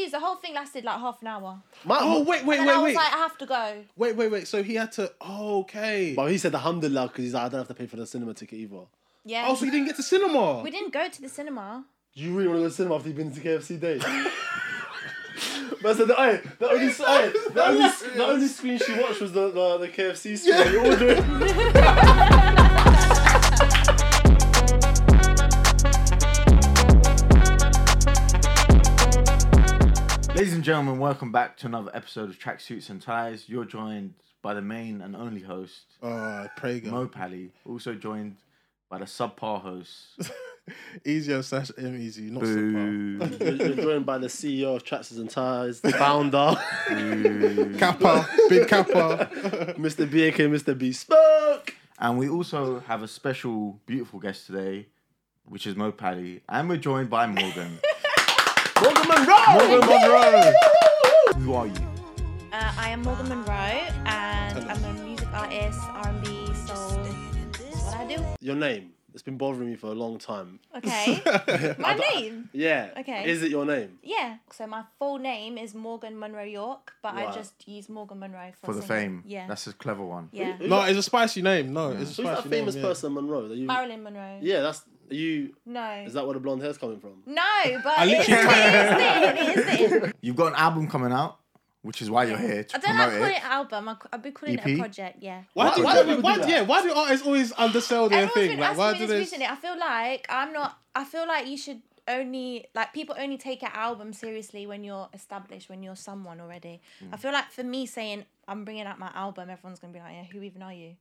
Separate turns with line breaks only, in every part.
confused. The whole thing lasted like half an hour.
My,
Oh wait, wait,
and I
wait,
was
wait,
like, I have to go.
wait, wait, wait. So he had to. Oh, okay.
But he said alhamdulillah because he's like, I don't have to pay for the cinema ticket either.
Yeah.
Oh, so you didn't get to cinema.
we didn't go to the cinema.
Do you really want to go to cinema after you've been to KFC day? But I said, hey, the only, hey, the only, the only screen she watched was the, the, the KFC screen. Yeah. You're ordering.
Ladies and gentlemen, welcome back to another episode of Tracksuits and Ties. You're joined by the main and only host,
Oh, pray God.
Mo Pally, also joined by the subpar host,
Easier slash M easy, not so
Boo.
You're, you're joined by the CEO of Traxxas and Ties, the founder,
Kappa, big Kappa.
Mr. B, aka Mr. B Spoke.
and we also have a special, beautiful guest today, which is Mo Pally, and we're joined by Morgan.
Morgan Monroe!
Morgan Monroe.
Who are you?
Uh, I am Morgan Monroe, and I'm a music artist, R&B, soul. That's what I do.
Your name. It's been bothering me for a long time.
Okay. My name.
Yeah.
Okay.
Is it your name?
Yeah. So my full name is Morgan Monroe York, but I
Right.
just use Morgan Monroe for,
For the
singing.
fame.
Yeah.
That's a clever one.
yeah.
No, it's a spicy name. No, it's a
Who's
spicy
that famous
name, yeah.
person, Monroe? That you,
Marilyn Monroe.
yeah, that's. Are you.
No.
Is that where the blonde hair's coming from?
No, but
I
it is
literally
there. It is there. It is there.
You've got an album coming out, which is why you're here to
I don't know.
promote
I'd call
it.
it album. I'd- I'd be calling it
EP?
a project. Yeah.
Why,
Why
do,
do
why, do,
people
why,
do that?
yeah, why do artists always undersell their
Everyone's
thing?
been
Like,
asking
why
me
do
this
they?
recently. I feel like I'm not. I feel like you should only like people only take an album seriously when you're established, when you're someone already.
Hmm.
I feel like for me saying I'm bringing out my album, everyone's gonna be like, yeah, who even are you?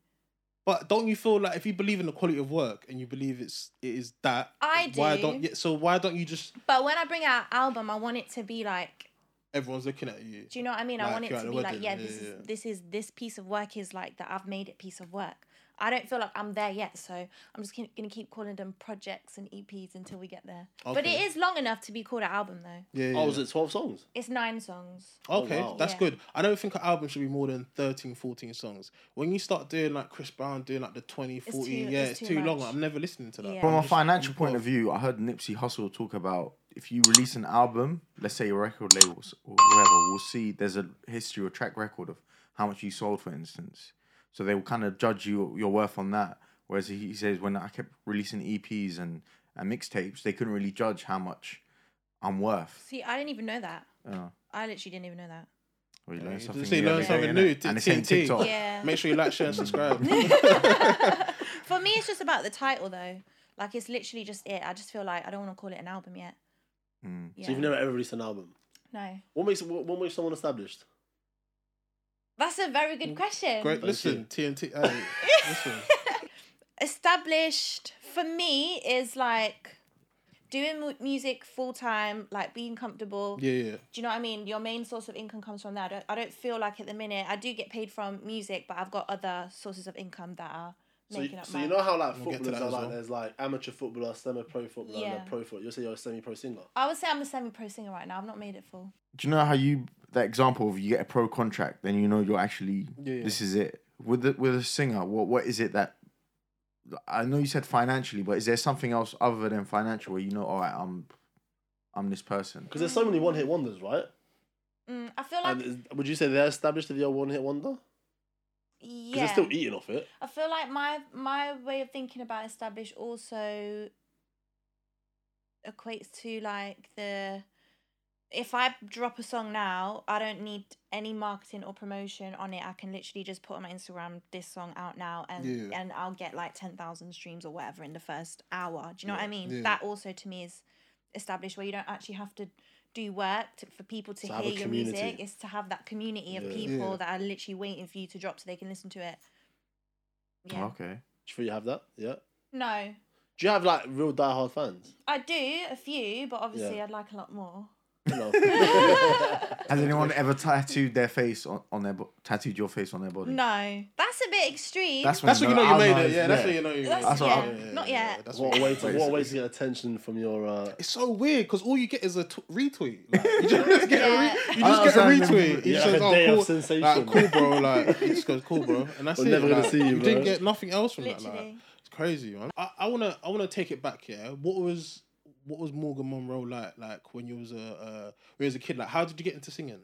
But don't you feel like if you believe in the quality of work and you believe it's it is that?
I
Why
do.
don't? Yeah, so why don't you just
But when I bring out an album, I want it to be like,
everyone's looking at you?
do you know what I mean? I
Like,
want it
you're
to
at
be
the
like,
wedding,
yeah,
yeah,
this
yeah,
is
yeah.
this is this piece of work is like that. I've made it piece of work. I don't feel like I'm there yet, so I'm just keep- gonna keep calling them projects and EPs until we get there. But it
Okay.
is long enough to be called an album, though.
Yeah. yeah.
Oh, is it 12 songs?
It's nine songs.
Okay,
wow.
that's
Yeah.
good. I don't think an album should be more than 13, 14 songs. When you start doing like Chris Brown doing like the 20,
too-
40, yeah,
it's
it's,
too
too long.
much.
I'm never listening to that.
Yeah.
From
I'm
a financial point of view, I heard Nipsey Hussle talk about if you release an album, let's say a record label or whatever, we'll see there's a history or track record of how much you sold, for instance. So they will kind of judge you your worth on that. Whereas he says when I kept releasing EPs and, and mixtapes, they couldn't really judge how much I'm worth.
See, I didn't even know that.
Oh.
I literally didn't even know that.
Well, you learn
you
something
just say
new
learn
every day,
something
innit?
new, t-
and it's in
TNT.
TikTok.
Yeah.
Make sure you like, share, and subscribe.
For me, it's just about the title, though. Like, it's literally just it. I just feel like I don't want to call it an album yet. Yeah.
So you've never ever released an album.
No.
What makes what, what makes someone established?
That's a very
Mm.
good question.
Great,
you.
listen, TNT. Hey, listen.
Established for me is like doing mu- music full time, like being comfortable.
Yeah, yeah.
Do you know what I mean? Your main source of income comes from that. I don't, I don't feel like at the minute I do get paid from music, but I've got other sources of income that are
So,
making
you-
up
so
my.
you know how like
We'll get to
footballers
that
are
as
like
well.
there's like amateur footballer, semi-pro footballer, and
Yeah.
a pro footballer. You'll say you're a semi-pro singer.
I would say I'm a semi-pro singer right now. I've not made it full.
do you know how you that example of you get a pro contract then you know you're actually
Yeah.
this is it with the, with a singer what what is it that I know you said financially but is there something else other than financial where you know all right I'm I'm this person
Because there's so many one-hit wonders, right?
Mm, I feel like
And is, would you say they're established if you're a one-hit wonder? Because
yeah.
they're still e eating off it.
I feel like my my way of thinking about established also equates to like the if I drop a song now, I don't need any marketing or promotion on it. I can literally just put on my Instagram this song out now and
Yeah.
and I'll get like 10,000 streams or whatever in the first hour. Do you know what I mean?
yeah.
That also to me is established where you don't actually have to do work to, for people to
To have a
hear your
community.
music. It's to have that community of
Yeah.
people
Yeah.
that are literally waiting for you to drop so they can listen to it. Yeah.
okay
Do you feel you have that? Yeah.
No,
Do you have like real die-hard fans?
I do a few, but obviously
Yeah.
I'd like a lot more.
No.
has anyone ever tattooed their face on, on their bo- tattooed your face on their body
No, that's a bit extreme.
when
That's what you know you
I
made it. Yeah, that's what you know you made
That's-
it.
yeah,
not yet.
that's
what a way to
made it.
what a way to get attention from your. Uh...
It's so weird because all you get is a t- retweet. Like, you just get a,
Yeah.
re- you just get a
Understand them.
retweet. You
Yeah, like
just goes,
a
"Oh,
day of
cool."
sensation.
Like, cool, bro. Like, he just goes, cool, bro. And that's
We're
it.
never gonna
like,
see you, bro.
didn't get nothing else from that. Like,
Literally.
it's crazy, man. I, I wanna, I wanna take it back. Yeah, what was, what was Morgan Monroe like? Like when you was a uh, when you was a kid, like how did you get into singing?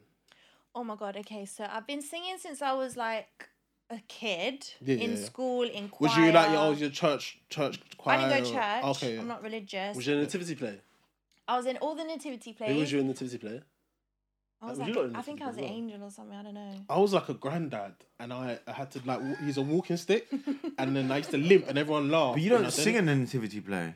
Oh my god. Okay, so I've been singing since I was like a kid
Yeah,
in
yeah, yeah.
school in choir.
Was you like your, oh, was your church church choir?
I didn't go
or-
church.
Okay,
I'm not religious.
Was you a nativity play?
I was in all the nativity plays.
Who was you a nativity play?
I was
Were you
like,
lot in
I think I was
nativity
an
as well?
angel or something. I don't know.
I was like a granddad, and I, I had to like w- use a walking stick, and then I used to limp, and everyone laughed.
But you
when I
don't
did
sing
it.
in a nativity play.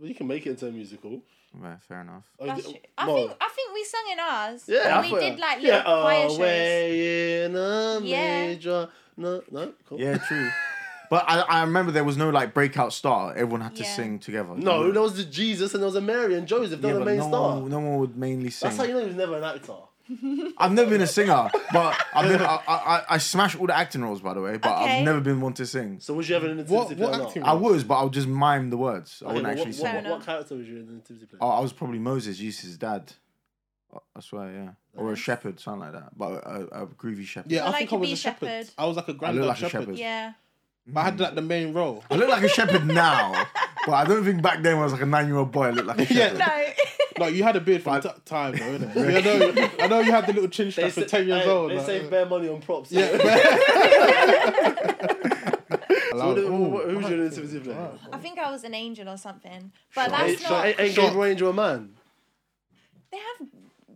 Well, you can make it into a musical.
Right, fair enough.
Oh,
That's
you-
true. I
no.
think I think we sung in ours.
Yeah,
Or
I
we
thought-
did like little
yeah.
choir
oh,
shows.
way in a
Yeah.
major. No, no, cool.
Yeah, true. but I, I remember there was no like breakout star. Everyone had to
Yeah.
sing together.
No,
yeah,
there was the Jesus and there was a Mary and Joseph. They're
but
the main
no,
star.
One, no one would mainly sing.
That's how you know he was never an actor.
I've never been a singer, but I've never, I, I, I smash all the acting roles, by the way. But
Okay.
I've never been one to sing.
So was you ever in the
What-
nativity play?
what
or not?
acting
Okay,
I was, but I would just mime the words. I
but
wouldn't
what-
actually
what,
sing.
Fair
What,
enough.
what character was you in the nativity play?
Oh, I was probably Moses, Jesus' dad. I- I swear, yeah. Or a shepherd, something like that. But a, a, a groovy shepherd.
Yeah,
I
I
like
think
to
I was
be
a
a
shepherd.
shepherd.
I was like a granddad
like a
shepherd,
shepherd.
Yeah.
but I had like the main role.
I look like a shepherd now, but I don't think back then when I was like a nine-year-old boy, I looked like a
Yeah.
shepherd.
No.
Like you had a beard for
But-
t- time, though, innit? I know, I know you had the little chin strap for
sa-
ten years
hey,
old.
They
like,
save
innit?
bare money on props.
Yeah.
So what-
Allowed-
what- what-
Ooh,
who's
right.
your nativity play?
Right.
I think I was an angel or something. But
Sure.
that's
Ain't-
not.
ain't
Shock.
Gabriel Angel a man?
They have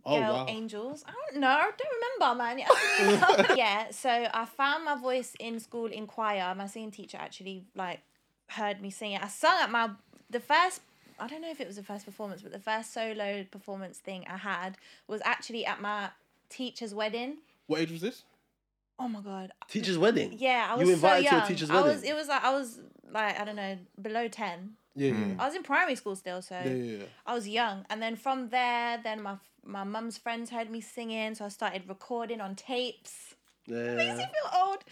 Oh
girl
wow.
angels. I don't know. I don't remember, man. Yeah. yeah. So I found my voice in school in choir. My singing teacher actually like heard me sing it. I sung at my the first. I don't know if it was the first performance, but the first solo performance thing I had was actually at my teacher's wedding.
What age was this?
Oh my god.
Teacher's wedding.
Yeah, I
You
was
invited
so
to
young.
your teacher's
I was.
wedding?
It was like I was like I don't know below ten.
Yeah,
I was in primary school still, so
Hmm. yeah, yeah, yeah, yeah.
I was young, and then from there, then my my mum's friends heard me singing, so I started recording on tapes. Makes
Yeah.
me feel old.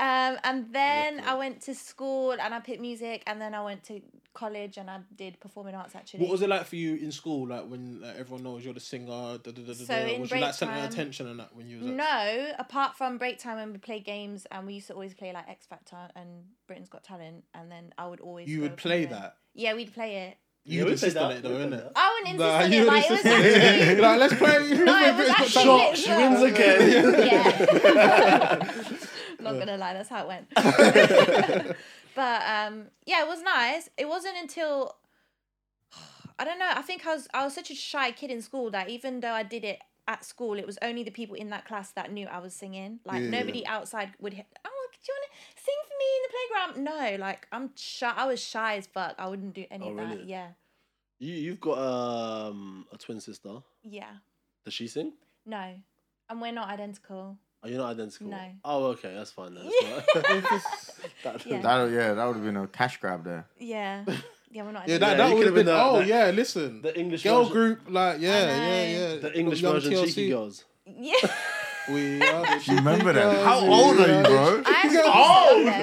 Um, and then I went to school and I picked music, and then I went to college and I did performing arts actually.
What was it like for you in school? Like when like, everyone knows you're the singer. Da, da, da, da,
So
da.
in
was you
break
like centre
time-
attention and that when you was at
No, apart from break time when we play games, and we used to always play like X Factor and Britain's Got Talent, and then I would always.
You
go
would play
perform.
that.
Yeah, we'd play it.
You would
we played
insist on
that,
it
we
though,
played that.
innit?
I wouldn't
Nah,
insist
you
on
would
it. Like, it
insist
was
on it.
actually.
You're like, let's play.
No, it was
Britain's Got
actually
Talent.
lit.
She wins again.
yeah. Not gonna lie, that's how it went. but um, yeah, it was nice. It wasn't until I don't know. I think I was I was such a shy kid in school that even though I did it at school, it was only the people in that class that knew I was singing. Like
Yeah.
nobody outside would. Hit, oh, do you want to sing for me in the playground? No, like I'm shy. I was shy as fuck. I wouldn't do any
Oh,
of that.
really?
Yeah,
You, you've got um, a twin sister.
yeah.
Does she sing?
No, and we're not identical.
Are you not identical?
No.
Oh, okay, that's fine then.
Yeah.
That's fine. that,
Yeah.
That, yeah, that would have been a cash grab there.
Yeah, yeah. We're not.
Yeah,
Identical.
that,
Yeah,
that
you
would
could've
have
been
been.
that-
oh
that-
yeah, listen.
The English
girl
version-
group, like yeah,
I know.
yeah, yeah.
The English
Young
version,
TLC.
cheeky girls.
yeah.
We are the
You remember that?
Cheeky
How
Girls,
old
we
are you, bro?
I actually saw
Oh!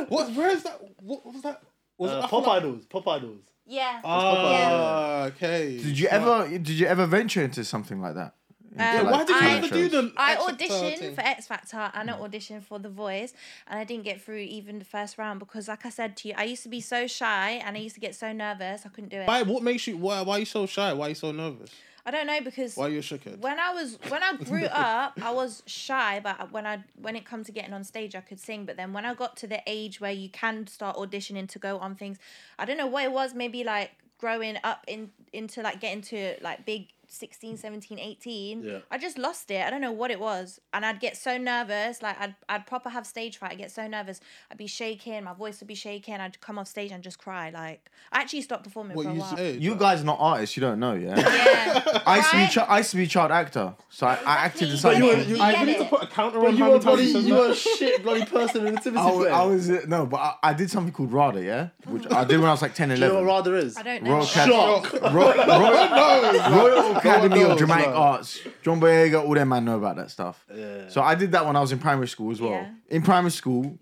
them.
What? Where is that? What was that? Was
Uh,
I feel
pop
like-
idols, pop idols.
Yeah.
Ah, okay.
Did you ever? Did you ever venture into something like that? Into,
Um,
Yeah,
Why did you
I-
ever do
talent shows?
the?
I
X Factor
auditioned
thing?
for X Factor and I auditioned for The Voice, and I didn't get through even the first round because, like I said to you, I used to be so shy and I used to get so nervous I couldn't do it.
Why? What makes you? Why? Why are you so shy? Why are you so nervous?
I don't know because
Why are you shooked?
when I was when I grew up, I was shy, but when I when it come to getting on stage, I could sing. But then when I got to the age where you can start auditioning to go on things, I don't know what it was. Maybe like growing up in into like getting to like big 16 17 18
Yeah.
i just lost it i don't know what it was and i'd get so nervous like i'd, I'd proper have stage fright i'd get so nervous i'd be shaking my voice would be shaking i'd come off stage and just cry like i actually stopped performing
What
for a
you
while
said?
You guys are not artists. You don't know, yeah.
yeah
I used to be.
Right?
Ch- I used to be a child actor, so I, I acted in
Exactly.
something.
You
were- you-
I get need it. to
put a counter
But you were bloody, you were a shit bloody person in the Nativity
I, wa-
play.
I was uh, no, but I, I did something called RADA, yeah, which I did when I was like 10,
Do you know
11.
what RADA is?
i don't know
Royal, Acad-
Shock.
Ro- Ro- Royal Academy
knows,
of Dramatic
man?
Arts. John Boyega, all them man know about that stuff.
Yeah.
So I did that when I was in primary school as well.
Yeah.
In primary school,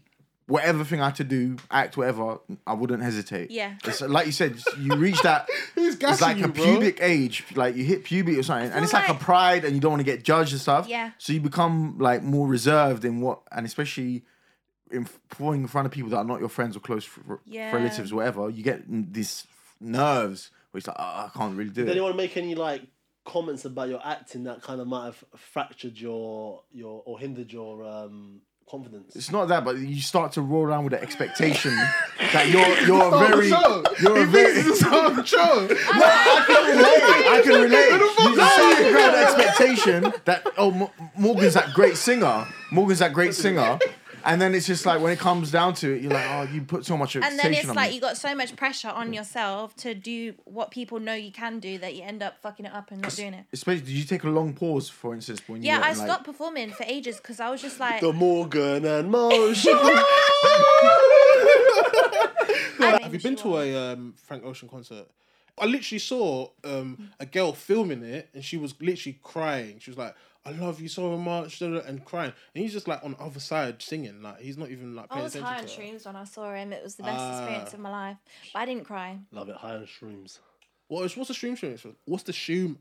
whatever thing I had to do, act whatever, I wouldn't hesitate.
Yeah.
It's like you said, you reach that.
He's
It's
gassing
like
you,
a
bro.
pubic age, like you hit puberty or something, and it's like,
like-
a pride, and you don't want to get judged and stuff.
Yeah.
So you become like more reserved in what, and especially in performing in front of people that are not your friends or close fr-
Yeah.
relatives, or whatever. You get n- these nerves But he's like, "Ah, I can't really do
Did
it.
anyone make any like comments about your acting that kind of might have fractured your your or hindered your um confidence?
It's not that, but you start to roll around with the expectation that you're you're a
Oh,
very
Joe!
you're a
He thinks
very
this is all Joe.
I can relate. You
fuck
see the grand expectation that oh Mo- Morgan's that great singer, Morgan's that great singer, and then it's just like when it comes down to it, you're like oh you put so much
And
expectation
then it's
on
like
me.
you got so much pressure on yourself to do what people know you can do that you end up fucking it up and not doing it.
Especially, did you take a long pause, for instance, when you
Yeah,
were
I
in, like,
stopped performing for ages because I was just like,
The Morgan and Mo show.
Have you been to a um, Frank Ocean concert? I literally saw um, a girl filming it, and she was literally crying. She was like, "I love you so much," da, da, and crying. And he's just like on the other side singing, like he's not even like
I
paying
was high on
attention to her.
shrooms when I saw him. It was the best
Ah.
experience of my life, but I didn't cry.
Love it, high on shrooms.
What is, what's the shroom experience? What's the shroom?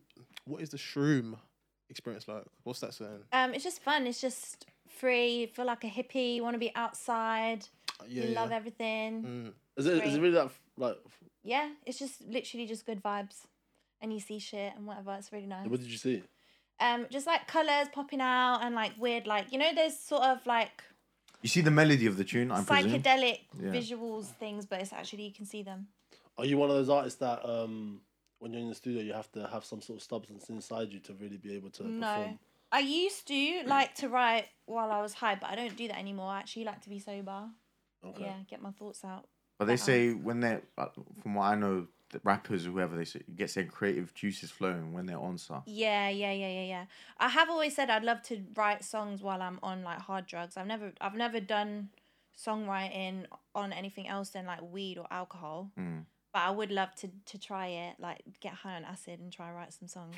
What is the shroom experience like? What's that saying?
Um, it's just fun. It's just free. Feel like a hippie. You want to be outside.
Yeah,
you
yeah. Mm.
love everything.
Is it is it
Great.
really that like?
Yeah, it's just literally just good vibes, and you see shit and whatever. It's really nice.
What did you see?
Um, just like colors popping out and like weird, like you know, those sort of like
You see the melody of the tune, I presume.
psychedelic
Yeah.
visuals things, but it's actually you can see them.
Are you one of those artists that um when you're in the studio you have to have some sort of substance inside you to really be able to
No.
perform?
I used to like to write while I was high, but I don't do that anymore. I actually like to be sober.
Okay.
Yeah, get my thoughts out.
But they say when they're, uh, from what I know, the rappers or whoever they say gets their creative juices flowing when they're on stuff.
Yeah, yeah, yeah, yeah, yeah. I have always said I'd love to write songs while I'm on like hard drugs. I've never I've never done songwriting on anything else than like weed or alcohol.
Mm.
But I would love to to try it, like get high on acid and try write some songs.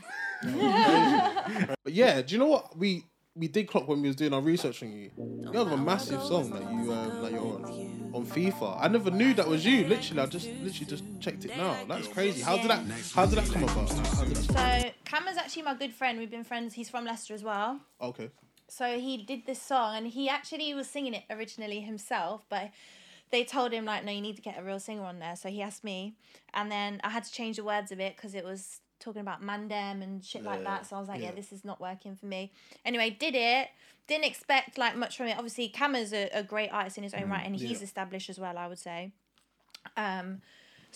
But yeah, do you know what we we did clock when we was doing our research on you? You have a massive song that you um, that you're on on FIFA. I never knew that was you. Literally, I just literally just checked it now. That's crazy. How did that How did that come about? How did that
So
song-
Cameron's actually my good friend. We've been friends. He's from Leicester as well.
Okay.
so he did this song and he actually was singing it originally himself but they told him like no you need to get a real singer on there so he asked me and then i had to change the words a bit because it was talking about mandem and shit like that so i was like yeah. this is not working for me anyway did it didn't expect like much from it obviously Cameron's a, a great artist in his own right and he's established as well i would say um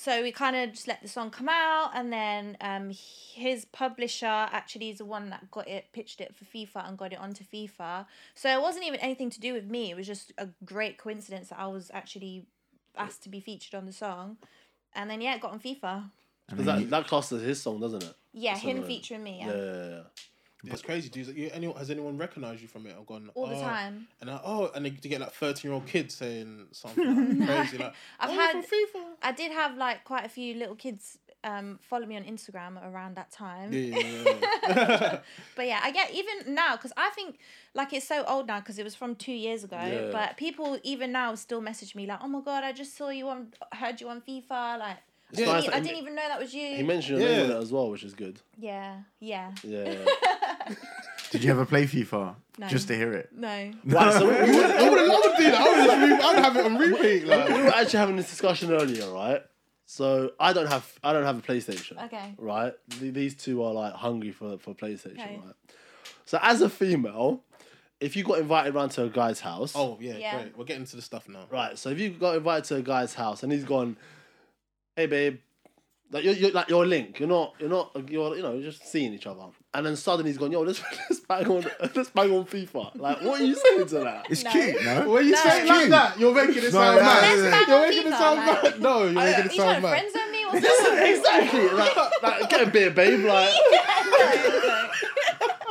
so we kind of just let the song come out, and then um, his publisher actually is the one that got it, pitched it for FIFA, and got it onto FIFA. So it wasn't even anything to do with me. It was just a great coincidence that I was actually asked to be featured on the song, and then yeah, it got on FIFA.
'Cause that that class is his song, doesn't it?
Yeah,
That's
him
annoying.
featuring me.
Yeah,
Yeah.
yeah, yeah.
It's crazy, dude. Like, you, anyone, has anyone recognised you from it? I've gone
All the
oh.
time.
and I, oh, and they, you get like thirteen-year-old kids saying something like, crazy like,
I've
"Oh, you're
had-
from FIFA.
I did have like quite a few little kids um, follow me on Instagram around that time.
Yeah, yeah, yeah, yeah.
But yeah, I get even now because I think like it's so old now because it was from two years ago.
Yeah.
But people even now still message me like, "Oh my god, I just saw you on, heard you on FIFA." Like, I,
nice
didn't,
that
I
he
didn't
ma-
even know that was
He
you.
mentioned your name on
Yeah.
it as well, which is good.
yeah, yeah,
Yeah. yeah, yeah.
Did you ever play FIFA?
No.
Just to hear it.
no.
right, so we, we were-
I would love to do that. I would just re- I would have it on repeat. Like.
we were actually having this discussion earlier, right? So I don't have I don't have a PlayStation.
Okay.
Right. Th- These two are like hungry for for PlayStation,
Okay.
right? So as a female, if you got invited round to a guy's house,
Oh yeah,
Yeah.
great. We're getting to the stuff now.
right? So if you got invited to a guy's house and he's gone, hey babe, like you're, you're like you're linked. You're not. You're not. You're you know you're just seeing each other, and then suddenly he's gone. Yo, let's let's bang on let's bang on FIFA. Like what are you saying to that?
It's
No.
cute, no?
When you
No.
say it like that, you're making it
No,
sound
no,
no.
bad.
no, no,
You're making it
That's
sound
bad on
bad. No, you're making it
He's trying
sound
to
bad.
friend zone me or something.
exactly. Like, like get a beer, babe. Like.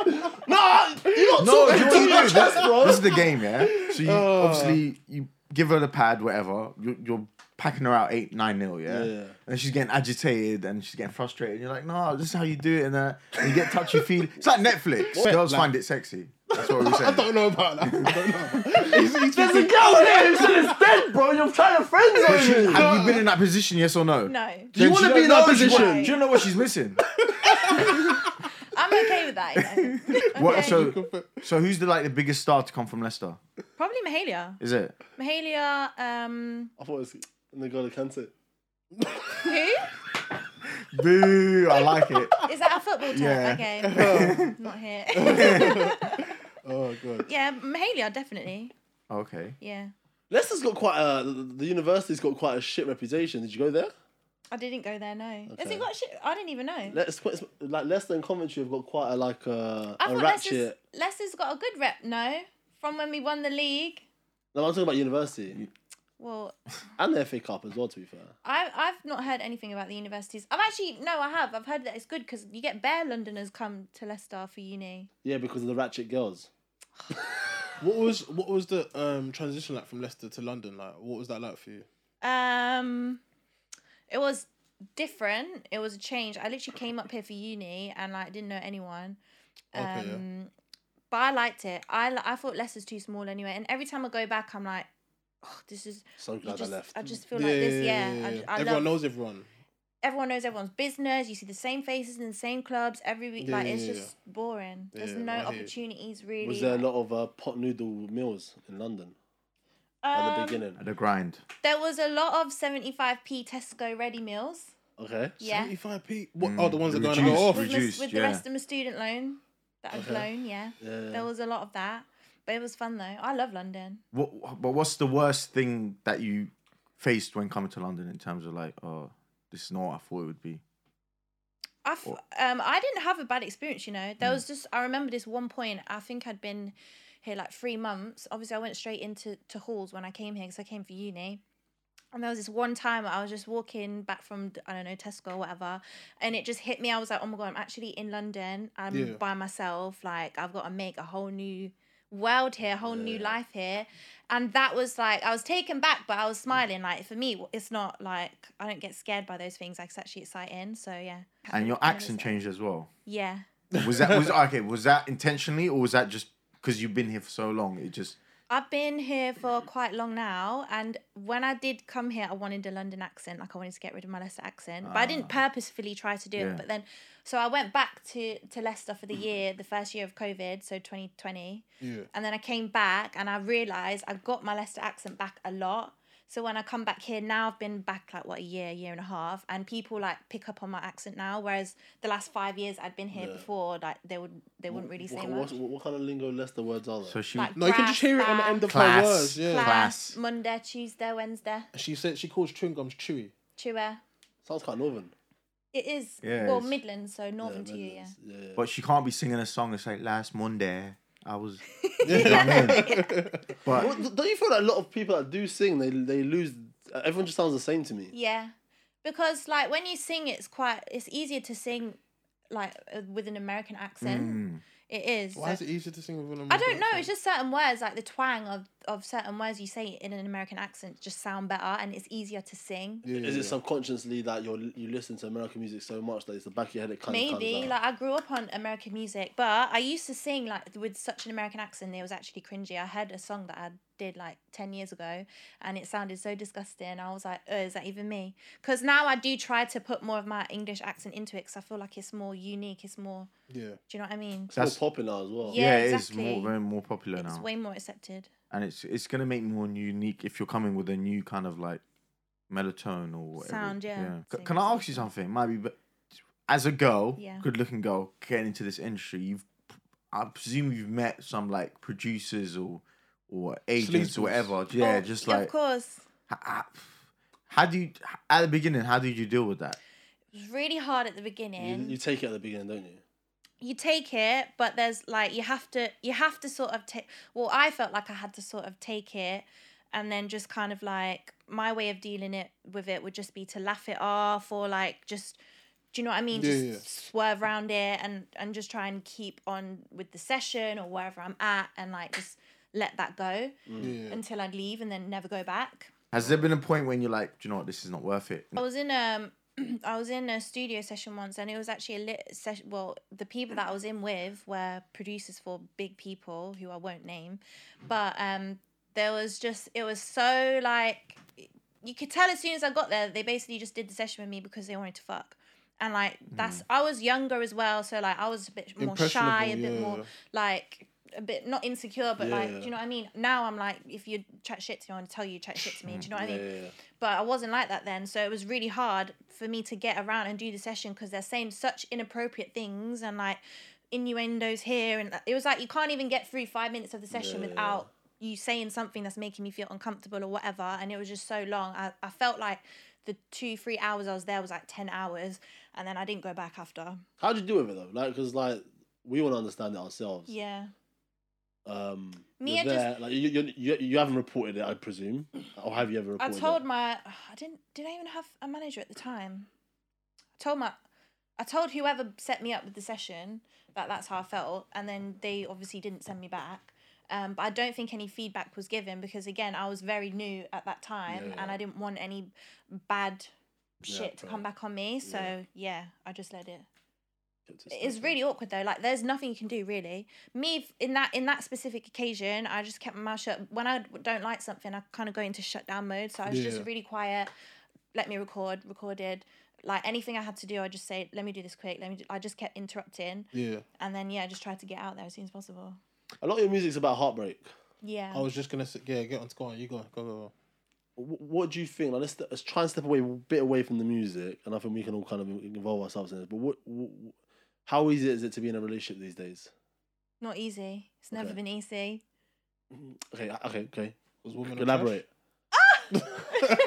No, you got
No,
two you
you know what you
your
do?
chest, bro.
This is the game, yeah. So you obviously you give her the pad, whatever. You're, you're packing her out eight nine nil, yeah?
Yeah.
And she's getting agitated and she's getting frustrated. And you're like, no, this is how you do it. And, uh, and you get touchy feely. It's like Netflix. Girls
Like-
find it sexy. That's what we're
I
saying.
don't know about that. I don't know. about that. He's- he's-
There's a girl there who said it's dead, bro. You're trying to friend
But she-
zone me.
have you been in that position? Yes or no?
No,
Do you
Then
want
she
to be in that
don't know-
position?
Do you know what she's missing?
I'm okay with that. You know?
What?
Okay.
So, so who's the like the biggest star to come from Leicester?
Probably Mahalia.
Is it?
Mahalia. Um,
I thought it was. And they got to cancel.
who?
Boo! I like it.
Is that a football term?
Yeah.
Oh.
Okay. Not here.
Oh god.
yeah, Mahalia, definitely.
Okay.
Yeah.
Leicester's got quite a. The university's got quite a shit reputation. Did you go there?
I didn't go there, no. Has
Okay.
it got shit? I didn't even know.
Le- it's quite- it's- like Leicester and Coventry have got quite a like a,
I
a
thought Leicester's,
ratchet.
Leicester's got a good rep, no? From when we won the league.
No, I'm talking about university
Well,
and the FA Cup as well. To be fair,
I, I've not heard anything about the universities. I've actually, no, I have. I've heard that it's good because you get bare Londoners come to Leicester for uni.
yeah, because of the ratchet girls.
What was what was the um transition like from Leicester to London like? What was that like for you?
Um, It was different. It was a change. I literally came up here for uni and like didn't know anyone.
Okay, yeah.
um, But I liked it. I, li- I thought Leicester's too small anyway. And every time I go back, I'm like, oh, this is
So
you
glad
just,
I left.
I just feel like this. Yeah, I, ju- I
everyone
love,
knows everyone.
everyone knows everyone's business. You see the same faces in the same clubs every week.
Yeah,
like
yeah,
it's
yeah,
just boring. There's
Yeah,
no
I hear you.
opportunities really.
Was there a
like-
lot of uh, pot noodle meals in London at the
Um,
beginning?
At the grind.
There was a lot of 75p Tesco ready meals.
Okay.
Yeah,
Seventy five P what
Mm.
oh the ones that are going to
Reduced.
go off.
with, my-
reduced,
with
yeah.
the rest of my student loan that I've loan. Yeah.
Yeah.
there was a lot of that, but it was fun though. I love London.
What? But what's the worst thing that you faced when coming to London in terms of like, oh, this is not what I thought it would be.
I f- um I didn't have a bad experience, you know. There was just I remember this one point. I think I'd been here like three months. Obviously, I went straight into to halls when I came here because I came for uni. And there was this one time I was just walking back from I don't know Tesco or whatever, and it just hit me. I was like, oh my god, I'm actually in London. I'm
Yeah.
by myself. Like I've got to make a whole new world here, a whole new life here. And that was like I was taken back, but I was smiling. Like for me, it's not like I don't get scared by those things. Like it's actually exciting. So yeah.
And your
Amazing.
accent changed as well.
Yeah.
Was that was okay? Was that intentionally or was that just because you've been here for so long? It just
I've been here for quite long now, and when I did come here, I wanted a London accent. Like I wanted to get rid of my Leicester accent, but I didn't purposefully try to do
Ah. Yeah. Mm.
it. But then, so I went back to to Leicester for the year, the first year of COVID, so twenty twenty,
Yeah.
and then I came back and I realized I got my Leicester accent back a lot. So when I come back here now, I've been back like what a year, year and a half, and people like pick up on my accent now. Whereas the last five years I'd been here before, like they would they wouldn't really say
What,
much.
what, what kind of lingo Leicester words are there?
so she
Like
No, you can just hear it on the
Brass
end of
band.
her words, yeah.
Class.
Class. Monday, Tuesday, Wednesday.
She said she calls chewing gums chewy.
Chewer.
Sounds quite northern.
It is.
Yeah,
well,
it's-
Midlands, so northern to you, yeah.
yeah. yeah.
But she can't be singing a song that's like last Monday. I was.
Well, d- don't you feel that a lot of people that do sing, they they lose? Everyone just sounds the same to me.
Yeah. Because, like, when you sing, it's quite, it's easier to sing, like, uh, with an American accent. It is.
Why is
so-
it easier to sing with an
I don't
American
know.
accent?
It's just certain words, like the twang of, of certain words you say in an American accent, just sound better and it's easier to sing.
Yeah,
Is
yeah,
it subconsciously that you are you listen to American music so much that it's the back of your head it kind of
Maybe.
comes out?
Like, I grew up on American music, but I used to sing, like, with such an American accent, it was actually cringy. I heard a song that I did, like, 10 years ago, and it sounded so disgusting. I was like, oh, is that even me? Because now I do try to put more of my English accent into it because I feel like it's more unique. It's more,
yeah.
do you know what I mean?
it's more
That's-
popping now as well.
Yeah,
yeah, it is
exactly.
more very more popular
It's
now,
way more accepted.
and it's it's gonna make more unique if you're coming with a new kind of like melatonin or whatever.
Sound, yeah.
C-
Same
can I
as-
ask you something? Might be, but as a girl,
Yeah.
good-looking girl, getting into this industry, you've I presume you've met some like producers or or agents or
Sleazeballs.
whatever. Yeah,
Oh,
just
Of
like
course.
ha- ha- how do you at the beginning? How did you deal with that?
It was really hard at the
You,
beginning.
you take it at the beginning, don't you?
you take it but there's like you have to you have to sort of take well i felt like i had to sort of take it and then just kind of like my way of dealing it with it would just be to laugh it off or like just do you know what i mean
Yeah,
just
yeah.
swerve around it and and just try and keep on with the session or wherever i'm at and like just let that go
Yeah.
until i leave and then never go back
Has there been a point when you're like, do you know what, this is not worth it?
I was in um I was in a studio session once and it was actually a lit session well the people that I was in with were producers for big people who I won't name but um there was just it was so like you could tell as soon as I got there they basically just did the session with me because they wanted to fuck and like that's I was younger as well so like I was a bit more shy a
Hmm.
bit
Impressionable, yeah.
more like a bit not insecure, but
Yeah,
like,
yeah.
do you know what I mean? Now I'm like, if you chat shit to me, I'm gonna tell you you chat shit to me. Do you know what I
Yeah,
mean?
yeah, yeah.
But I wasn't like that then, so it was really hard for me to get around and do the session because they're saying such inappropriate things and like innuendos here, and it was like you can't even get through five minutes of the session
Yeah, yeah.
without you saying something that's making me feel uncomfortable or whatever. And it was just so long. I, I felt like the two three hours I was there was like ten hours, and then I didn't go back after.
How'd you deal with it though? Like, because like we want to understand it ourselves.
Yeah.
Um,
Me,
you're
I just-
there, like you, you, you, you haven't reported it, I presume, or have you ever
I
reported?
told
it?
my I didn't did I even have a manager at the time? I told my I told whoever set me up with the session that that's how I felt and then they obviously didn't send me back. Um, but I don't think any feedback was given because again I was very new at that time
Yeah.
and I didn't want any bad shit to
fair.
come back on me. So
Yeah.
yeah, I just let it. It's
It's
really awkward though. Like there's nothing you can do really. Me f- in that in that specific occasion, I just kept my mouth shut. When I d- don't like something, I kind of go into shutdown mode. So I was
Yeah.
just really quiet. Let me record. Recorded. Like anything I had to do, I just say, "Let me do this quick." Let me. Do-. I just kept interrupting,
Yeah.
and then yeah, I just tried to get out there as soon as possible.
a lot of your music's about heartbreak.
Yeah.
I was just gonna say, yeah, get on. Go on, you go. on, Go go. go.
Wh- What do you think? Like, let's, let's try and step away a bit away from the music, and I think we can all kind of involve ourselves in this. But what, what how easy is it to be in a relationship these days?
Not easy. It's never
Okay.
been easy.
Okay, I- okay, okay.
Was woman are
Elaborate.
Stop.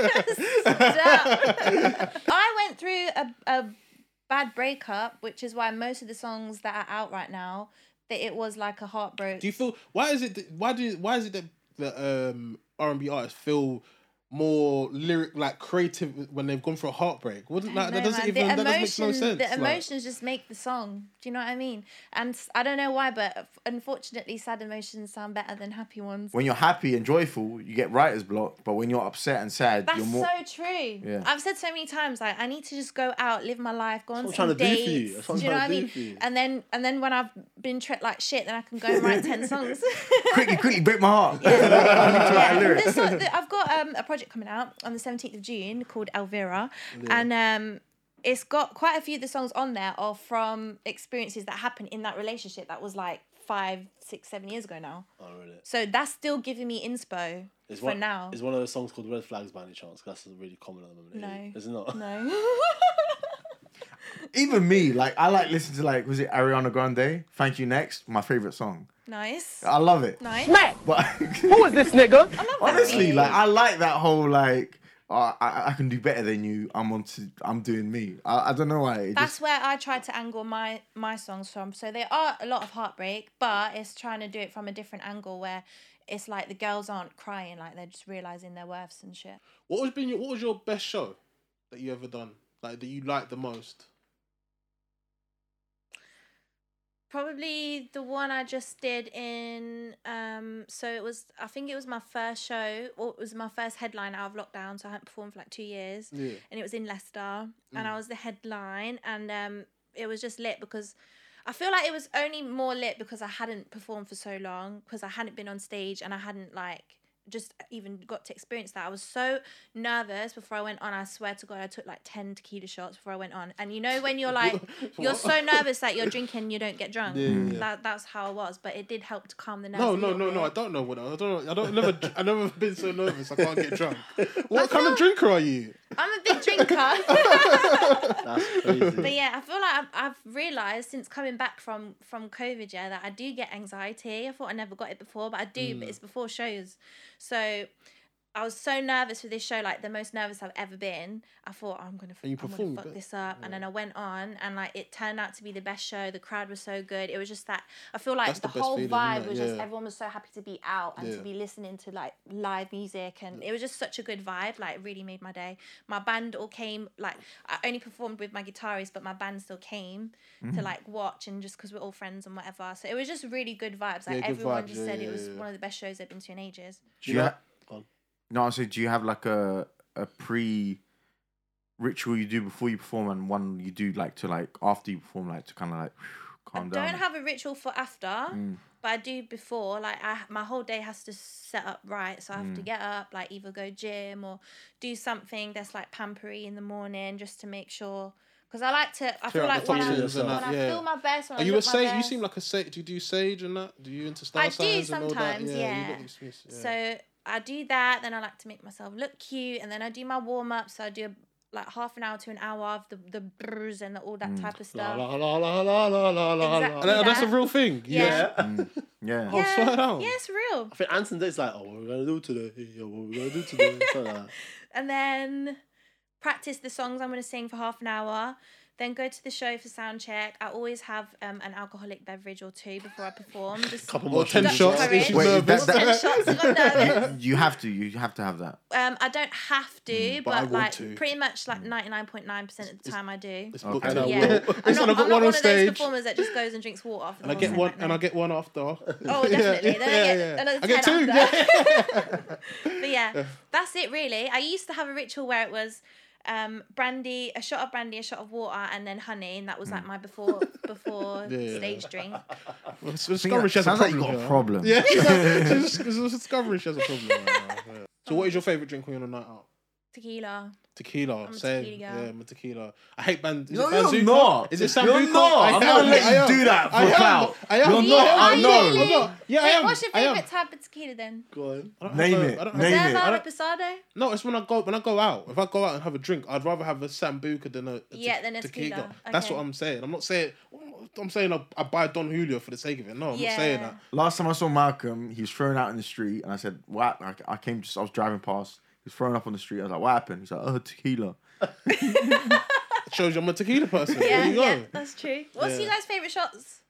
I went through a, a bad breakup, which is why most of the songs that are out right now, that it was like a heartbreak.
Do you feel why is it that- why do why is it that the um R and B artists feel more lyric like creative when they've gone through a heartbreak? Wouldn't
I
that,
know,
that doesn't
man.
even that doesn't make no
emotion-
sense.
The
like-
emotions just make the song. Do you know what I mean? And s- I don't know why, but unfortunately, sad emotions sound better than happy ones.
When you're happy and joyful, you get writer's block. But when you're upset and sad,
That's
you're more.
so true.
Yeah.
I've said so many times, like I need to just go out, live my life, go on
That's what
some
I'm trying to
dates.
do for you. That's what I'm
you know what I
trying to do
mean?
for you.
And then, and then when I've been treated like shit, then I can go and write ten songs.
quickly, quickly, break my heart.
yeah. There's so- th- I've got um, a project coming out on the 17th of June called Elvira, and um, it's got quite a few of the songs on there are from experiences that happened in that relationship that was like five, six, seven years ago now.
Oh, really?
So that's still giving me inspo
It's
for
one,
now.
It's one of those songs called Red Flags by any chance? 'Cause That's really common at the moment.
No.
Is it not?
No.
Even me, like I like listen to like was it Ariana Grande? Thank you next, my favorite song.
nice.
I love it.
Nice.
But
Who is this nigga?
honestly, like I like that whole like uh, I I can do better than you. I'm on to I'm doing me. I, I don't know why. It
That's
just,
where I try to angle my my songs from. So they are a lot of heartbreak, but it's trying to do it from a different angle where it's like the girls aren't crying, like they're just realizing their worths and shit.
What was been your, what was your best show that you ever done? Like that you liked the most?
Probably the one I just did in um so it was I think it was my first show or it was my first headline out of lockdown so I hadn't performed for like 2 years
Yeah.
and it was in Leicester and
Mm.
I was the headline and um it was just lit because I feel like it was only more lit because I hadn't performed for so long because I hadn't been on stage and I hadn't like just even got to experience that. I was so nervous before I went on. I swear to God, I took like 10 tequila shots before I went on. And you know, when you're like, you're so nervous that you're drinking, you don't get drunk.
Yeah, yeah, yeah.
That, that's how I was, but it did help to calm the nerves.
No,
a
no,
little
no,
bit.
no. I don't know what I, I don't. know. I don't. Never. I never been so nervous. I can't get drunk. What kind of drinker are you?
I'm a big drinker.
That's crazy.
But yeah, I feel like I've, I've realized since coming back from from COVID, yeah, that I do get anxiety. I thought I never got it before, but I do.
Mm.
But it's before shows, so I was so nervous for this show, like the most nervous I've ever been. I thought "Oh, I'm gonna, f-
And you
I'm gonna
performed
fuck
it.
this up, and then I went on, and like it turned out to be the best show. The crowd was so good. It was just that I feel like
That's
the,
the best
whole
feeling,
vibe
isn't it?
was just
Yeah.
everyone was so happy to be out and
Yeah.
to be listening to like live music, and it was just such a good vibe. Like it really made my day. My band all came. Like I only performed with my guitarist, but my band still came to
Mm-hmm.
like watch, and just because we're all friends and whatever. So it was just really good vibes. Like
Yeah, good
everyone
vibes.
just
Yeah,
said
yeah,
it was
yeah.
one of the best shows they've been to in ages.
Do you
Yeah.
know- Go on.
no, I said, do you have like a a pre ritual you do before you perform and one you do like to like after you perform like to kind of like calm down. Mm.
Don't have a ritual for after, but I do before. Like I, my whole day has to set up right, so I have
Mm.
to get up, like either go gym or do something that's like pampery in the morning, just to make sure. because I like to. I feel
Clear out
like
the
when, I,
toxins
when
and
that,
I
yeah.
feel my best, when
Are
I
you a
look my
sage? You
best.
seem like a sage. Do you do sage and that? Do you into star
I do
signs and all that?
sometimes,
you
yeah.
got these things, yeah.
So I do that, then I like to make myself look cute, and then I do my warm up. So I do like half an hour to an hour of the the bruise and the, all that
Mm.
type of
La
stuff.
la la la la la la la.
Exactly.
la.
And that- that's a
that.
real thing.
Yeah.
Yeah.
Oh,
Yeah,
swear down.
yeah, it's real.
I think Anson Date's like, oh, what we're gonna do today? Yo, what we're gonna do today? Something like that.
and then practice the songs I'm going to sing for half an hour. Then go to the show for sound check. I always have um, an alcoholic beverage or two before I perform. Just
Couple
Or
more
ten
Dr.
shots.
Courage.
if She's
Wait, is
nervous.
that-
ten shots. if I know.
You have to. You have to have that.
Um, I don't have to,
Mm, but
but,
I want
like
to.
pretty much like ninety nine point nine percent of the time I do.
It's booked
Okay.
and I
Yeah.
will.
I'm not,
It's on- I've got
I'm not
one
one
on
of those
stage.
performers that just goes and drinks water after.
And I get one, and I get one after. Oh,
Oh, definitely. Then I get another
I get
10
two.
after.
Yeah.
But yeah, that's it really. I used to have a ritual where it was um brandy, a shot of brandy, a shot of water, and then honey, and that was like my before before
Hmm. Yeah.
stage drink.
Well, it's
I think
discovery
that-
she has a
sounds like you
problem.
got a
here.
problem.
Yeah, it's it's discovery she has a problem. Right now. yeah. So, what is your favorite drink when you're on a night out?
Tequila.
Tequila.
I'm a
same.
tequila girl.
yeah, I'm a tequila. I hate band. Is
No,
it
you're
Banzuka?
not.
Is it Sambuca?
You're not.
I
I'm
am,
not letting
I
you
am.
do that for
I am.
clout.
I am.
You're not.
Yeah,
I
are you
know.
really?
I'm not. Yeah, I
Wait,
am.
what's your
I am.
favourite type of tequila then?
Go on.
I don't
Name
have a-
it.
I don't have
Name
a-
it.
Zerva
I
or
don't-
Posado?
No, it's when I go when I go out. If I go out and have a drink, I'd rather have a sambuca than a, a te-
Yeah, than a tequila.
That's
Okay.
what I'm saying. I'm not saying I'm saying I, I buy Don Julio for the sake of it. No, I'm not saying
Yeah.
that.
Last time I saw Malcolm, he was thrown out in the street, and I said, "What?" I, I came just. I was driving past. He was thrown up on the street. I was like, "What happened?" He's like, "Oh, tequila."
It shows you I'm a tequila person.
Yeah,
there you go.
yeah, that's true. What's
Yeah.
you guys' favourite shots?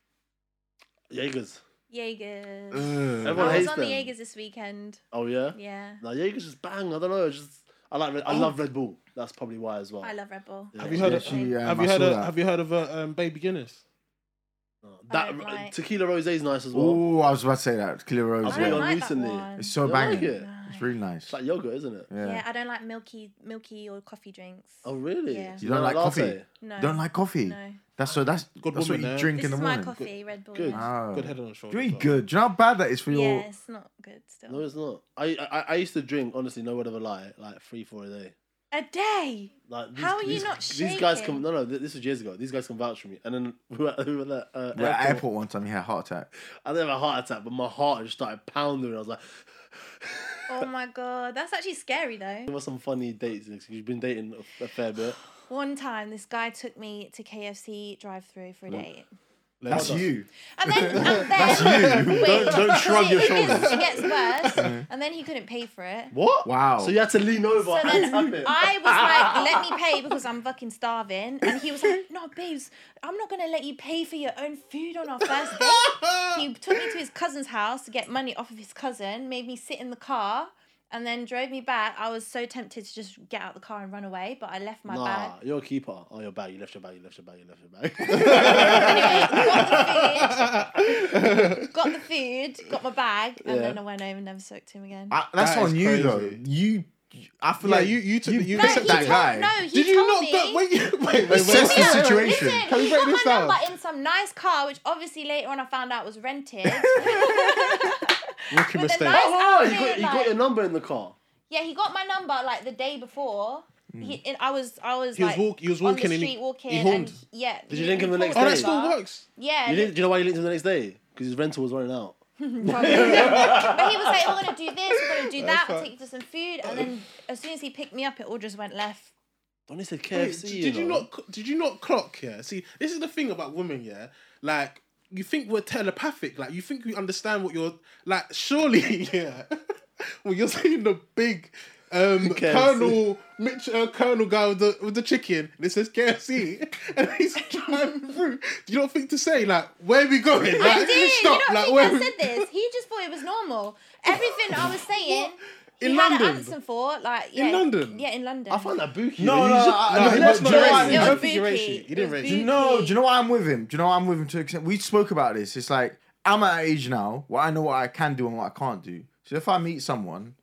Jaegers.
Jaegers.
Uh,
Ugh.
Everyone
I was
hates
on
them.
the Jaegers this weekend.
Oh yeah.
Yeah.
No, Jaegers just bang. I don't know. Just I like. Red, I
Oh.
love Red Bull. That's probably why as well.
I love Red Bull.
Yeah.
Have you heard?
Yeah,
of,
she, um,
have
I
you heard?
saw
Of,
that.
have you heard of uh, um, Baby Guinness?
No,
I
that
don't
uh,
like-
tequila rose is nice as well.
Oh, I was about to say that. Tequila rose.
I've
I
been
don't
on
Yeah.
like
recently.
that one.
It's so
You like
banging.
it?
It's really nice.
It's like yogurt, isn't it?
yeah.
yeah.
I don't like milky, milky or coffee drinks.
Oh really?
Yeah.
You don't like coffee?
no,
Don't like coffee.
no.
That's so. That's
Good
that's
woman,
what
eh?
you drink
This
in the
is my
morning.
coffee, Red Bull.
Good.
Yeah.
Oh.
Good head on the shoulder.
Really
as well.
good. Do you know how bad that is for
yeah,
your?
it's not good still.
No, it's not. I, I I used to drink honestly, no word of a lie, like three four a day.
A day.
Like
How are you not
These guys
shaking?
come. No, no. th- This was years ago. These guys can vouch for me. And then we were, we were at uh,
We're at
airport.
airport one time. He had a heart attack.
I didn't have a heart attack, but my heart just started pounding. I was like,
Oh my god, that's actually scary
there
though.
were some funny dates. like, You've been dating a, a fair bit.
One time, this guy took me to KFC drive-through for a date,
That's
Hold on.
you.
and then and then
you.
Wait,
Don't- don't shrug
it-
your
it gets-
shoulders.
It gets worse, and then he couldn't pay for it.
What?
Wow.
So you had to lean over
So
and
then
tap it.
I was like, let me pay because I'm fucking starving. And he was like, no, babes, I'm not going to let you pay for your own food on our first date. he took me to his cousin's house to get money off of his cousin, made me sit in the car, and then drove me back. I was so tempted to just get out the car and run away, but I left my
nah,
bag.
you're a keeper. Oh, your bag. You left your bag. You left your bag. You left your bag.
Anyway, got the food, got the food, got my bag, and
Yeah.
then I went home and never spoke to him again.
I, that's
That is
on you
crazy.
though. You, I feel
Yeah,
like
you- you took the- you
no,
picked
he
accepted
told,
that guy.
no, he
Did you
told
not?
me.
don't- Wait, you- wait, wait,
It's
wait,
just the
wait, wait.
situation.
Listen,
Can we
he
break
put
this
my
down?
number in some nice car, which obviously later on I found out was rented.
Rookie
With the
mistake.
nice
oh, you
outfit,
got, you
like-
got your number in the car.
yeah, he got my number like the day before. He, and I was, I was
Mm. He was
like,
walk- he was
on
walking
the
and he-
street walking.
he horned.
and- yeah.
Did you
he-
link him
he
the
pulled
next day?
Oh,
my
that still
number.
works.
Yeah.
You
he-
didn't, do you know why you linked him the next day? Because his rental was running out.
but he was like, "We're gonna do this. We're gonna do that. I'll
fine.
take you to some food." And then as soon as he picked me up, it all just went left.
Donnie said
Wait,
KFC.
d- did you
know.
not? Did you not clock? Yeah. See, this is the thing about women. Yeah, like you think we're telepathic. Like you think we understand what you're like. Surely, yeah. well, you're saying the big. Um,
KFC.
Colonel Mitch, uh, Colonel guy with the with the chicken. And it says KFC, and he's driving through. Do you not think to say like where we going? Like,
I did.
Stop.
you
like
don't
where?
think
we-
I said this? He just thought it was normal. Everything I was saying. He
In
had
London?
an answer for like yeah,
London?
Yeah, in London.
I found that bookie.
No, no, I-
No,
no,
he
let's
wasn't
not
racist.
raise
I
It was
don't think you're
bookie.
racist. He
It
didn't
was
racist.
Do you
bookie.
know? Do you know why I'm with him? Do you know why I'm with him to extent? We spoke about this. It's like I'm at an age now where I know what I can do and what I can't do. So if I meet someone,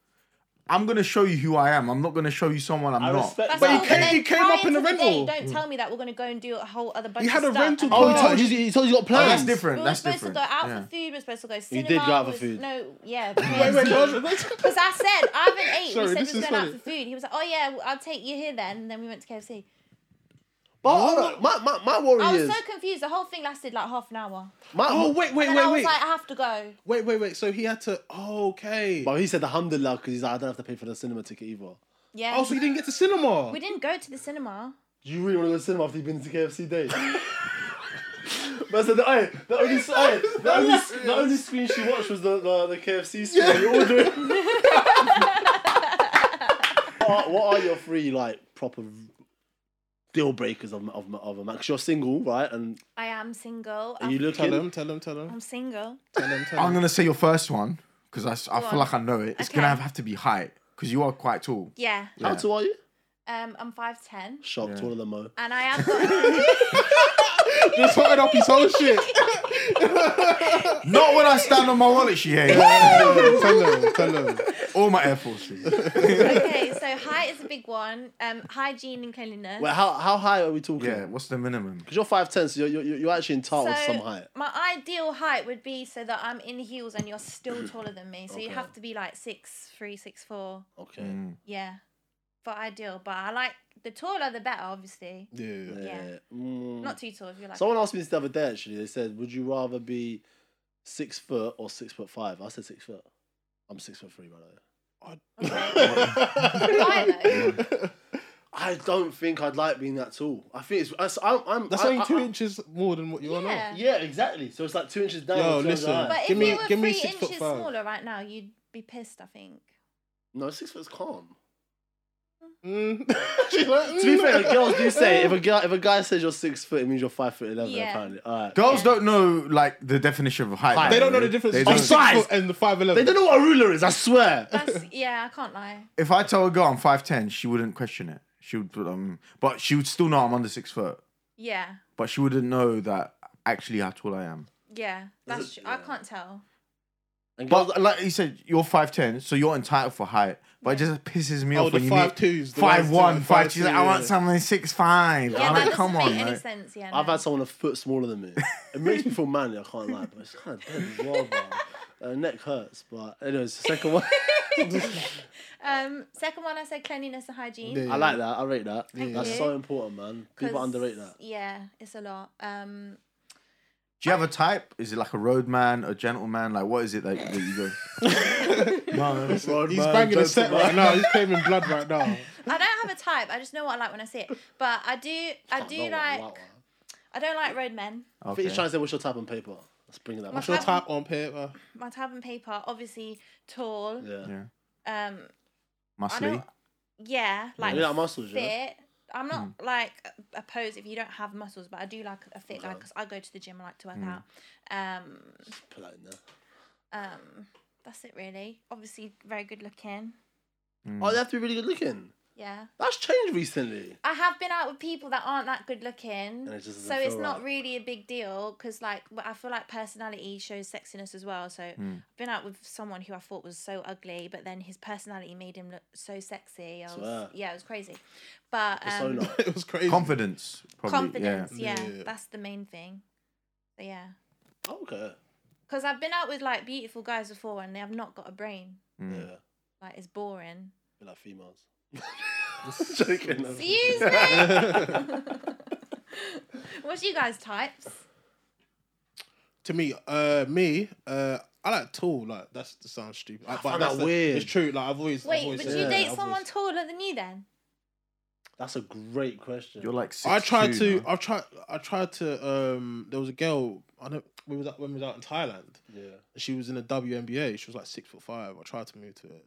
I'm gonna show you who I am. I'm not gonna show you someone I'm
I
not.
respect
That's
that.
he
all,
came-
but
he
then
came
prior
up in
to
a
the
rental.
Day, don't tell me that we're going to go and do a whole other bunch
You had
of
a
stuff.
rental
and-
Oh, he
car.
told you. He told you got
Oh,
plans.
that's different.
We were
that's
supposed
different.
to go out
yeah.
for food. We are supposed to go
did
cinema.
go out
we
for
was-
food.
No, yeah.
Wait, wait,
Because
hold on.
I said I haven't ate.
Sorry,
we said
this
we were
is
going out
funny.
for food. He was like, "Oh yeah, I'll take you here then." And then we went to KFC.
But hold on, my, my, my worry
I was
is.
so confused. The whole thing lasted like half an hour.
my,
Oh wait, wait,
and
wait,
I was
wait,
like, I have to go.
wait, wait, wait. So he had to. Oh, okay.
But he said alhamdulillah because he's like, I don't have to pay for the cinema ticket either.
Yeah.
Oh, so you didn't get to cinema.
we didn't go to the cinema.
Do you really want to go to cinema after you've been to KFC day? But I said, hey, the only, hey, the only, the only screen she watched was the, the, the KFC screen.
Yeah.
You're all doing. what, are, what are your three like proper deal breakers of of of a man? Because you're single, right? And
I am single.
are you
I'm,
looking?
Tell him, tell him, tell him,
I'm single.
tell him, tell
I'm
him.
gonna say your first one because I, s- I
Go on.
feel like I know it. It's
Okay.
gonna have, have to be height because you are quite tall.
Yeah.
How tall are you?
Um, I'm five ten,
Shocked, taller than Mo.
and I am. Got,
Just hotting up his whole shit.
Not when I stand on my wallet, she ain't.
tell him, tell him.
All my Air Forces.
okay, so height is a big one. Um, hygiene and cleanliness.
Wait, how how high are we talking?
Yeah, what's the minimum?
Because you're five ten, so you're, you're you're actually entitled to Oh, some height.
my ideal height would be so that I'm in heels and you're still taller than me. So you have to be like six three, six four.
Okay.
Mm.
Yeah, for ideal. But I like the taller the better, obviously.
Yeah.
Yeah.
Mm.
Not too tall if you like.
Someone asked me this the other day. Actually, they said, "Would you rather be six foot or six foot five? I said six foot. I'm six foot three, by
Okay.
the way.
Why though?
I don't think I'd like being that tall. I think it's. it's- I'm. I'm
That's
I-
only
I-
two
I-
inches more than what you are now.
Yeah.
Yeah, exactly. So it's like two inches down.
Yo,
and two inches
listen.
high.
But
Give
if
me-
you were
give me
three
six foot
inches
five.
smaller right now, you'd be pissed. I think.
no, six foot's calm.
Mm.
to be fair, the girls do say if a girl, if a guy says you're six foot, it means you're five foot eleven.
Yeah.
Apparently, all right.
Girls
Yeah.
don't know like the definition of height.
Height.
by
They don't know
way.
the difference
They
between
don't.
Of size.
six foot and the five eleven.
They don't know what a ruler is. I swear.
That's yeah. I can't lie.
If I tell a girl I'm five ten, she wouldn't question it. She would, um, but she would still know I'm under six foot.
Yeah.
But she wouldn't know that actually how tall I am.
Yeah. That's
it-
true. I
yeah.
can't tell.
And girls,
But like you said, you're five ten, so you're entitled for height. But it just pisses me
Oh,
off
the
when you
five
meet
twos, the
five
ones
one,
that-
five
five
two.
two,
I want
yeah.
something six five.
Yeah, that
I'm like,
doesn't
come
make
on,
any
mate.
sense. Yeah.
I've
no.
had someone a foot smaller than me. It makes me feel manly. I can't lie, but it's kind of dead as well. Bro. Uh, neck hurts, but anyways, the second one.
Um, second one, I said cleanliness and hygiene.
Yeah.
I like that. I rate that.
Thank
That's
you.
so important, man. People
'cause,
underrate that.
Yeah, it's a lot. Um,
Do you have a type? Is it like a roadman, a gentleman? Like what is it like that you go? no, no, no.
He's banging a set right now. He's claiming blood right now.
I don't have a type. I just know what I like when I see it. But I do, I do
No,
like.
wow, wow.
I don't like roadmen.
I think
Okay.
he's trying to say, what's your type on paper? Let's bring that
My
back.
Your
type-
type on paper.
My type and paper, obviously tall.
Yeah.
Yeah,
Um, I
muscly.
don't. Yeah, like
You like muscles, yeah?
fit. I'm not like opposed if you don't have muscles, but I do like a fit guy because I go to the gym. I like to work out. Um,
Put that in there.
um, that's it really. Obviously, very good looking.
Oh, they have to be really good looking.
Yeah.
That's changed recently.
I have been out with people that aren't that good looking,
And it just doesn't
so it's
feel
not
right.
really a big deal because, like, w- I feel like personality shows sexiness as well. So
Hmm.
I've been out with someone who I thought was so ugly, but then his personality made him look so sexy. I was,
Swear.
yeah, it was crazy, but um,
Persona.
It was crazy.
Confidence, probably.
confidence,
Yeah.
yeah.
Yeah.
that's the main thing. So, yeah,
Oh, okay.
because I've been out with like beautiful guys before and they have not got a brain.
Yeah.
Like, it's boring.
Be like females. Joking.
Excuse me. What's you guys' types?
to me, uh, me, uh, I like tall. Like that's that sounds stupid. I, but
find
that's
that
the-
weird.
It's true. Like I've always. I've
Wait,
always
would
said
you
that, I've
date
always-
someone taller than you then?
That's a great question.
You're like. 6'2",
I tried to.
man.
I've tried. I tried to. Um, there was a girl. I know we was out when we was out in Thailand.
yeah.
She was in the WNBA. She was like six foot five. I tried to move to it.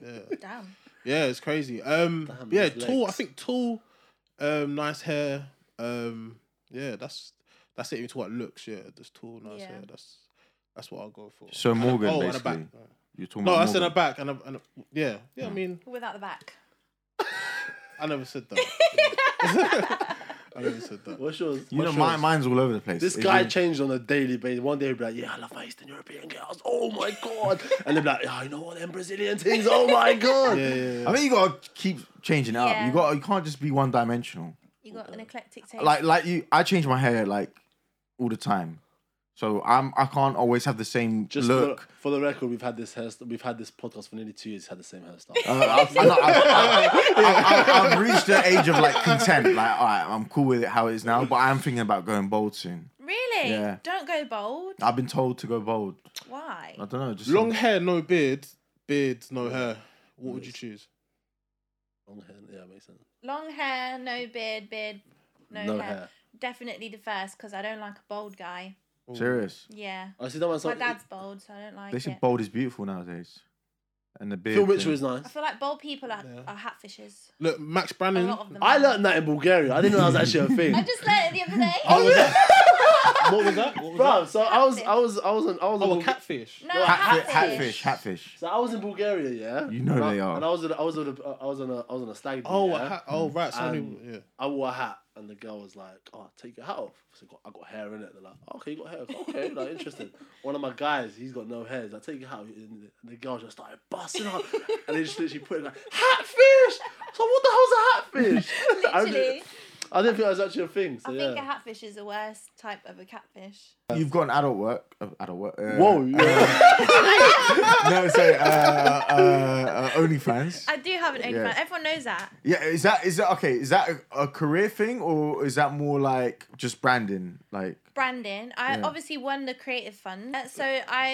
Yeah,
Damn.
yeah, it's crazy. Um,
Damn,
yeah,
those
tall. I
legs.
think tall. Um, nice hair. Um, yeah, that's that's it. Even to what looks. Yeah, just tall, nice
Yeah.
hair. That's that's what I'll go for.
So Morgan,
oh, and a
basically.
back.
You're talking
No,
about
I said a
Morgan.
back and a, and a yeah. Yeah,
Mm.
I mean,
Without the back.
I never said that. I never said that.
What's yours?
You know,
What's
my
yours?
mind's all over the place.
This
Is
guy
it-
changed on a daily basis. One day he'd be like, "Yeah, I love my Eastern European girls. Oh my god!" and they'd be like, yeah, "I know all them Brazilian things. Oh my god!"
Yeah, yeah, yeah.
I think you gotta keep changing it up.
Yeah.
You got. You can't just be one dimensional.
You got an eclectic taste.
Like, like you. I change my hair like all the time. So I'm I can't always have the same
Just
look.
For, for the record, we've had this hairst- We've had this podcast for nearly two years. Had the same hairstyle.
Uh, I've, I know, I've- I've- I've- I've reached the age of like content. Like, all right, I'm cool with it how it is now, but I am thinking about going bold soon.
Really?
Yeah.
Don't go bold.
I've been told to go bold.
Why?
I don't know. Just
Long hair, no beard. Beard, no hair. What would you choose?
Long hair. Yeah, makes sense.
Long hair, no beard, beard, no,
No
hair.
hair.
Definitely the first because I don't like a bold guy.
Ooh.
serious.
Yeah.
I see that one.
My dad's bold, so I don't like
They
it.
said bold is beautiful nowadays, and the beard.
Phil Mitchell
thing.
is nice.
I feel like bold people are,
Yeah.
are hat fishers.
Look, Max
A
Brannan.
lot of them.
I
are.
learned that in Bulgaria. I didn't know that was actually a thing.
I just learned it the other day.
What was that? What was
Bro, so I was,
Catfish.
I was, I was, in, I was. in
that? Oh, a
Bulga-
catfish.
no,
Hatfi-
hat,
Hatfish, hatfish.
So I was in Bulgaria, yeah.
You know
and I,
they are.
And I was, at, I was, at a, I was on a, I was on a stag. do,
Oh, a
yeah?
hat. Oh, right. So I
Um,
knew- yeah.
I wore a hat, and the girl was like, "Oh, take your hat off." So I got, I got hair in it. They're like, "Oh, "Okay, you got hair." I was like, okay, like interesting. One of my guys, he's got no hair. He's like, "Take your hat." Off. And the- the girl just started busting up, and they just literally put it like hatfish. So what the hell's a hatfish? I didn't-
Literally.
I didn't think that was actually a thing. So
I
yeah.
think a hatfish is the worst type of a catfish.
You've got an adult work. uh, Adult work. Uh,
Whoa, yeah.
no, sorry. Uh, uh, uh, OnlyFans.
I do have an OnlyFans.
Yeah.
Everyone knows that.
Yeah, is that is that okay? Is that a, a career thing or is that more like just branding? Like,
Brandon, I
Yeah.
obviously won the creative fund. Uh, So I,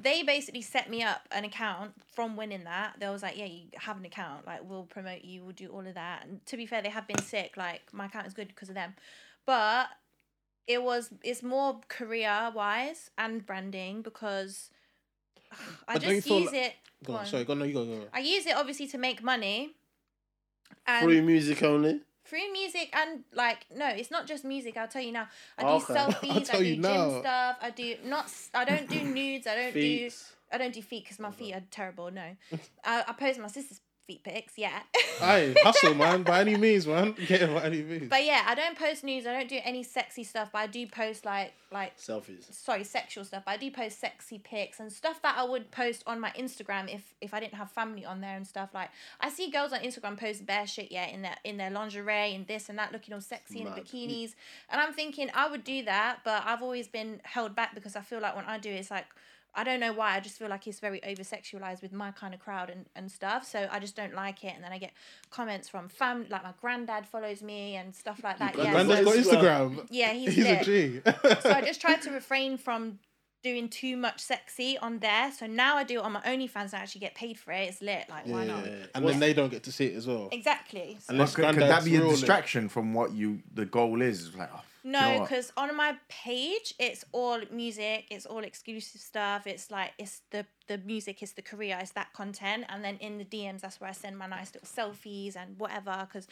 they basically set me up an account from winning that. They was like, yeah, you have an account. Like we'll promote you. We'll do all of that. And to be fair, they have been sick. Like my account is good because of them, but it was it's more career wise and branding because I
But don't you
just
feel
use
like-
it. go
Go on.
on.
Sorry. Go on. No, you go. Go. go.
I use it obviously to make money. And
free music only.
Free music and like no, it's not just music. I'll tell you now. I do
Okay. I'll
selfies. I
tell
do
you
gym
now.
stuff. I do not. s- I don't do nudes. I don't do.
Feet.
I don't do feet because my feet are terrible. No, I, I post my sister's feet pics. Yeah.
Aye, hustle, man. By any means, man. Get it by any means.
but yeah, I don't post nudes. I don't do any sexy stuff. But I do post like like
Selfies.
sorry sexual stuff. But I do post sexy pics and stuff that I would post on my Instagram if if I didn't have family on there and stuff. Like I see girls on Instagram post bare shit yeah in their in their lingerie and this and that, looking all sexy in
Mad.
bikinis. And I'm thinking I would do that, but I've always been held back because I feel like when I do, it's like I don't know why. I just feel like it's very over sexualized with my kind of crowd and, and stuff. So I just don't like it. And then I get comments from fam like my granddad follows me and stuff like that. Yeah,
Brandon's
Brandon's
so-
got Instagram.
yeah, he's,
He's
lit
a G.
so I just tried to refrain from doing too much sexy on there. So now I do it on my OnlyFans and I actually get paid for it. It's lit. Like, why not?
Yeah.
And then they don't get to see it as well.
Exactly. So-
could,
Unless
could that
granddad's
be a
ruling.
distraction from what you the goal is? Like, oh, do you know
no,
what?
because on my page it's all music, it's all exclusive stuff. It's like it's the the music, it's the career, it's that content. And then in the DMs, that's where I send my nice little selfies and whatever. Because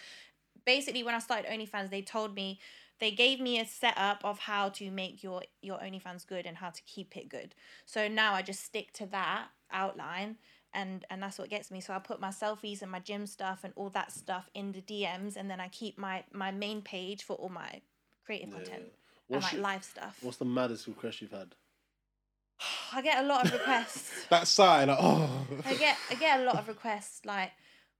basically, when I started OnlyFans, they told me they gave me a setup of how to make your your OnlyFans good and how to keep it good. So now I just stick to that outline and and that's what gets me. So I put my selfies and my gym stuff and all that stuff in the DMs and then I keep my my main page for all my creative content and
What's,
like
your-
live stuff.
what's the maddest request you've had?
I get a lot of requests.
That sigh, like, oh.
I get I get a lot of requests like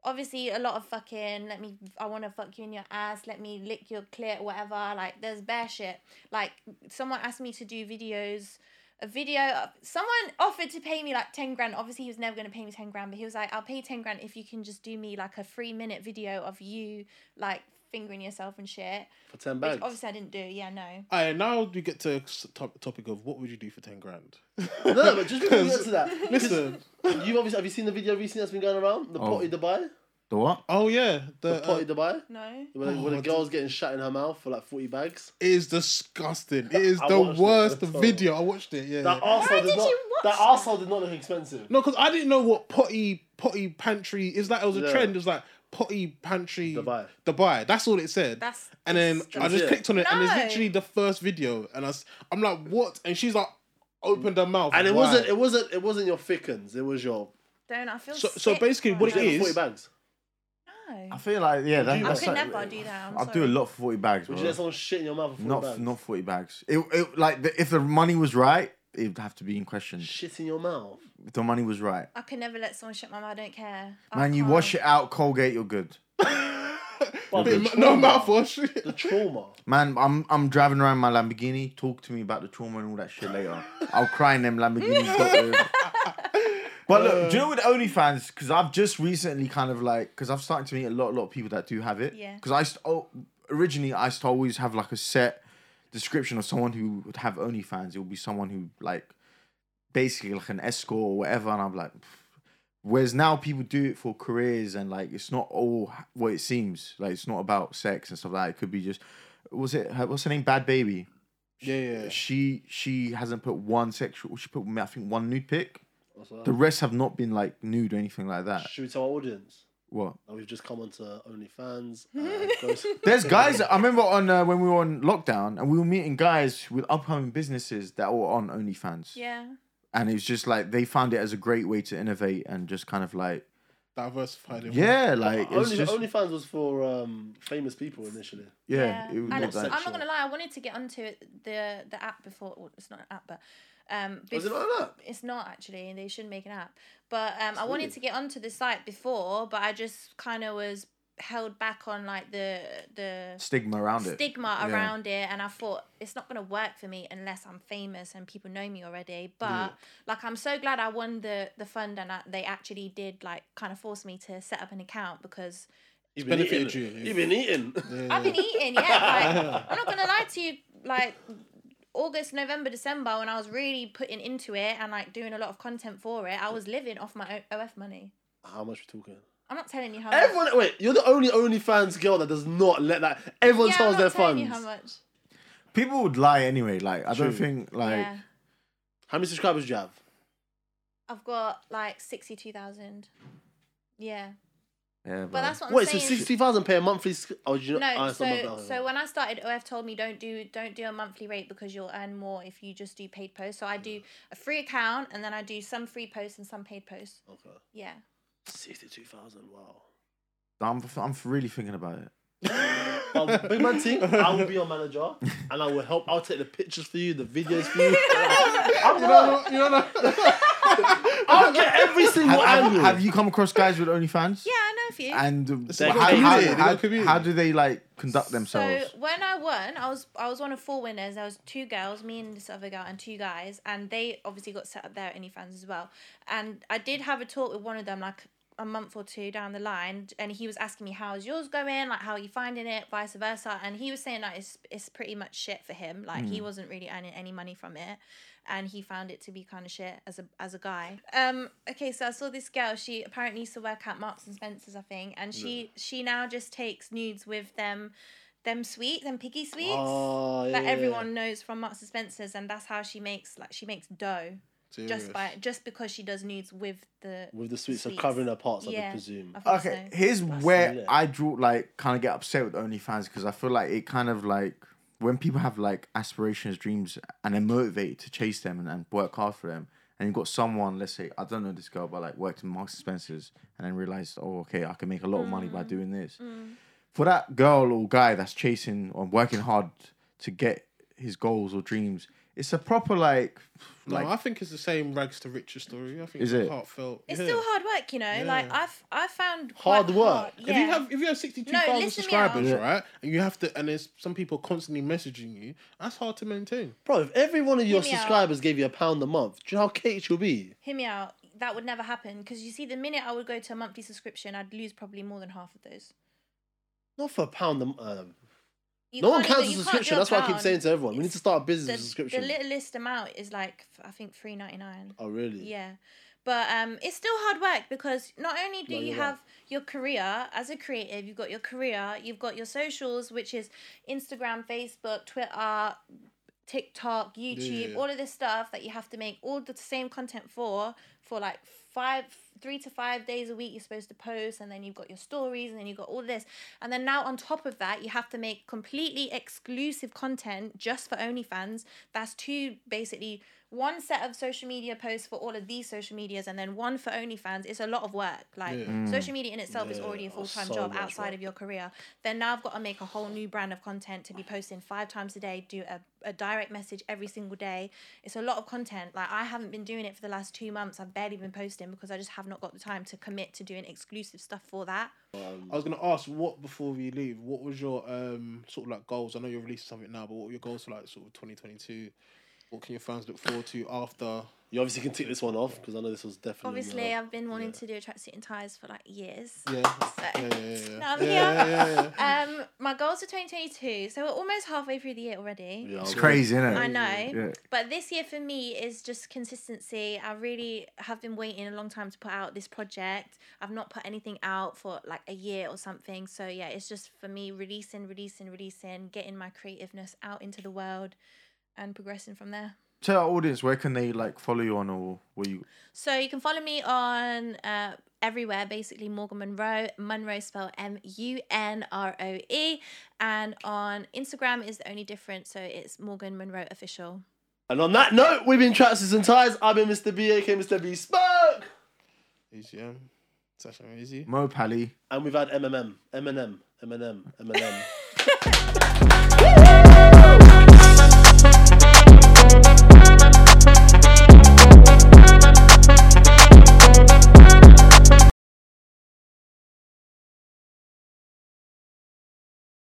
obviously a lot of fucking let me I want to fuck you in your ass let me lick your clit whatever like there's bear shit like someone asked me to do videos a video of- someone offered to pay me like 10 grand obviously he was never going to pay me 10 grand but he was like I'll pay you 10 grand if you can just do me like a 3 minute video of you like fingering yourself and shit
For 10
which
bags?
obviously I didn't do yeah no
Aye, now we get to the topic of what would you do for 10 grand?
No, but just before we get to that.
Listen.
You obviously have you seen the video recently that's been going around? The
Oh.
potty Dubai?
the what?
Oh, yeah. The,
The potty
uh,
Dubai?
no
Where, the- where
Oh,
the girl's getting shot in her mouth for like 40 bags.
it is disgusting. It is
I
the
watched it.
worst
That's all.
video. I watched it, yeah.
That arsehole
did
did not
you watch
that
that?
arsehole did not look expensive.
No, because I didn't know what potty potty pantry is like. It was a
Yeah.
trend. It was like potty pantry
Dubai.
Dubai. That's all it said.
That's
and then I just
disgusting.
clicked on it, and it's
No.
literally the first video, and I am like, what? And she's like, opened her mouth,
And it
wide.
wasn't it wasn't it wasn't your thickens, it was your
don't I feel
So- so
sick
basically
right
what it
now.
you
is-
have 40 bags.
no.
I feel like yeah, that,
you-
I
that's
could
like,
never do that. I'm
I'll do a
sorry.
lot for forty bags, bro.
Would you let someone shit in your mouth for 40
not
bags?
not forty bags. It, it like the, if the money was right, it'd have to be in question.
Shit in your mouth.
If the money was right,
I can never let someone shit my mouth. I don't care. I
man, you
can't.
wash it out, Colgate, you're good.
But
Bit
the
ma- no
trauma-
mouthwash.
The trauma.
Man, I'm I'm driving around my Lamborghini. Talk to me about the trauma and all that shit later. I'll cry in them Lamborghinis. got the- but look, do you know with OnlyFans? Because I've just recently kind of like because I've started to meet a lot, lot of people that do have it.
Yeah.
Because I st- oh, originally I used to always have like a set description of someone who would have OnlyFans. It would be someone who like basically like an escort or whatever, and I'm like. pff. Whereas now people do it for careers and like it's not all what it seems. Like it's not about sex and stuff like that. It could be just was it her, what's her name? Bad Baby.
yeah, yeah.
She she hasn't put one sexual. She put I think one nude pic.
That's what
The rest have not been like nude or anything like that.
Should we tell our audience?
What?
that we've just come onto OnlyFans. and goes-
There's guys. I remember on uh, when we were on lockdown and we were meeting guys with upcoming businesses that were on OnlyFans.
Yeah.
And it's just like they found it as a great way to innovate and just kind of like
Diversified.
yeah, like it's
Only,
just
OnlyFans was for um, famous people initially.
yeah. It
And
was
I'm
like,
not gonna lie, I wanted to get onto it- the the app before. Well, it's not an app, but um,
Was it
bef-
not an app?
It's not actually. They should make an app. But um, I wanted to get onto the site before, but I just kind of was held back on like the the
stigma around it.
stigma
Yeah.
around it and i thought it's not going to work for me unless i'm famous and people know me already but like i'm so glad i won the the fund and I, they actually did like kind of force me to set up an account because
You've
benefited you, yeah.
You've been eating.
i've been eating yeah like i'm not going to lie to you like august november december when i was really putting into it and like doing a lot of content for it i was living off my O- of money
How much we talking?
i'm not telling you how much.
Everyone, wait, you're the only OnlyFans girl that does not let that. Everyone
yeah, I'm
tells
not
their
telling
funds.
you how
how,
much
People would lie anyway. Like I
True.
don't think like
yeah
many subscribers do you have?
i've got like 62000 yeah
yeah,
but that's what i'm
wait, so
saying
sixty thousand pay a monthly? sc- Oh, do you know,
No,
oh, it's not
so
monthly.
so when I started, OF told me don't do don't do a monthly rate because you'll earn more if you just do paid posts. So I do a free account and then I do some free posts and some paid posts.
okay,
Yeah,
sixty-two thousand. Wow.
I'm I'm really thinking about it.
Um, big man team, I will be your manager, and I will help. I'll take the pictures for you, the videos for you. I'm gonna,
You know, you know,
I'll get every
Have,
single
have-
angle.
have you come across guys with OnlyFans?
yeah, I know a few.
And
It's
how,
like a
how,
community, they got a
how,
community.
how do they like conduct themselves?
So when I won, I was I was one of four winners. There was two girls, me and this other girl, and two guys, and they obviously got set up their OnlyFans as well. And I did have a talk with one of them like a month or two down the line, and he was asking me how's yours going, like how are you finding it, vice versa, and he was saying like it's it's pretty much shit for him. Like he wasn't really earning any money from it. And he found it to be kind of shit as a as a guy. Um. Okay, so I saw this girl. She apparently used to work at Marks and Spencers, I think, and she she now just takes nudes with them them sweet, them piggy sweets
Oh,
that
yeah.
everyone knows from Marks and Spencers, and that's how she makes like she makes dough just by just because she does nudes with the
with the sweets,
sweets.
are covering their parts, I
yeah,
would presume.
I think
Okay,
so.
here's where
lit.
I draw like kind of get upset with OnlyFans because I feel like it kind of like when people have like aspirations, dreams, and they're motivated to chase them and, and work hard for them. And you've got someone, let's say, I don't know this girl, but like worked in Marks and Spencer's and then realized, oh, okay, I can make a lot of money by
Mm.
doing this. For that girl or guy that's chasing or working hard to get his goals or dreams, it's a proper like,
No,
like
I think it's the same rags to riches story. I think
Is
it's
it?
heartfelt.
It's
yeah.
still hard work, you know. Like
Yeah.
I've I've found
Hard
quite
work.
hard-
If
Yeah.
you have if you have sixty two thousand
listen me out.
subscribers, right, and you have to, and there's some people constantly messaging you, that's hard to maintain.
Bro, if every one of your
me out.
subscribers gave you a pound a month, do you know how caked you'll be?
Hear me out. That would never happen because you see, the minute I would go to a monthly subscription, I'd lose probably more than half of those.
Not for a pound a month. Um,
You
no one
can't even-
counts a
you can't
subscription.
do a
That's why I keep
pound.
saying to everyone, we need
It's-
to start a business
the,
with subscription.
The littlest amount is like f- I think three ninety nine.
oh, really?
Yeah. But um, it's still hard work because not only do
No,
you
you're right.
have your career as a creative, you've got your career, you've got your socials, which is Instagram, Facebook, Twitter, TikTok, YouTube,
yeah.
all of this stuff that you have to make all the same content for for like five, three to five days a week. You're supposed to post, and then you've got your stories, and then you've got all this, and then now on top of that, you have to make completely exclusive content just for OnlyFans. That's two basically one set of social media posts for all of these social medias, and then one for OnlyFans. It's a lot of work. Like
Yeah.
social media in itself is already a
oh,
full time
so
job
much
outside
work.
of your career. Then now I've got to make a whole new brand of content to be posting five times a day, do a, a direct message every single day. It's a lot of content. Like I haven't been doing it for the last two months. I've barely been posting because I just have not got the time to commit to doing exclusive stuff for that.
I was gonna ask what before we leave. What was your um sort of like goals? I know you're releasing something now, but what were your goals for like sort of 2022? What can your fans look forward to after?
You obviously can tick this one off because I know this was definitely.
Obviously,
uh,
I've been wanting to do a tracksuit and ties for like years.
Yeah,
So-
yeah, yeah, yeah.
Now I'm
yeah,
here.
yeah, yeah, yeah.
Um, my goals for 2022. So we're almost halfway through the year already.
yeah,
It's
I'll-
crazy, isn't it?
I know.
Yeah.
But this year for me is just consistency. I really have been waiting a long time to put out this project. I've not put anything out for like a year or something. So yeah, it's just for me releasing, releasing, releasing, getting my creativeness out into the world and progressing from there.
Tell our audience where can they like follow you on or where you
So you can follow me on uh, everywhere, basically Morgan Monroe, Monroe spelled M U N R O E, and on Instagram is the only difference. So it's Morgan Monroe official.
And on that note, we've been Tracksuits and Ties. I've been Mr. B, aka Mr. B Spoke.
EGM, Sasha Easy.
Mo Pally.
And we've had MMM, Eminem, Eminem, Eminem.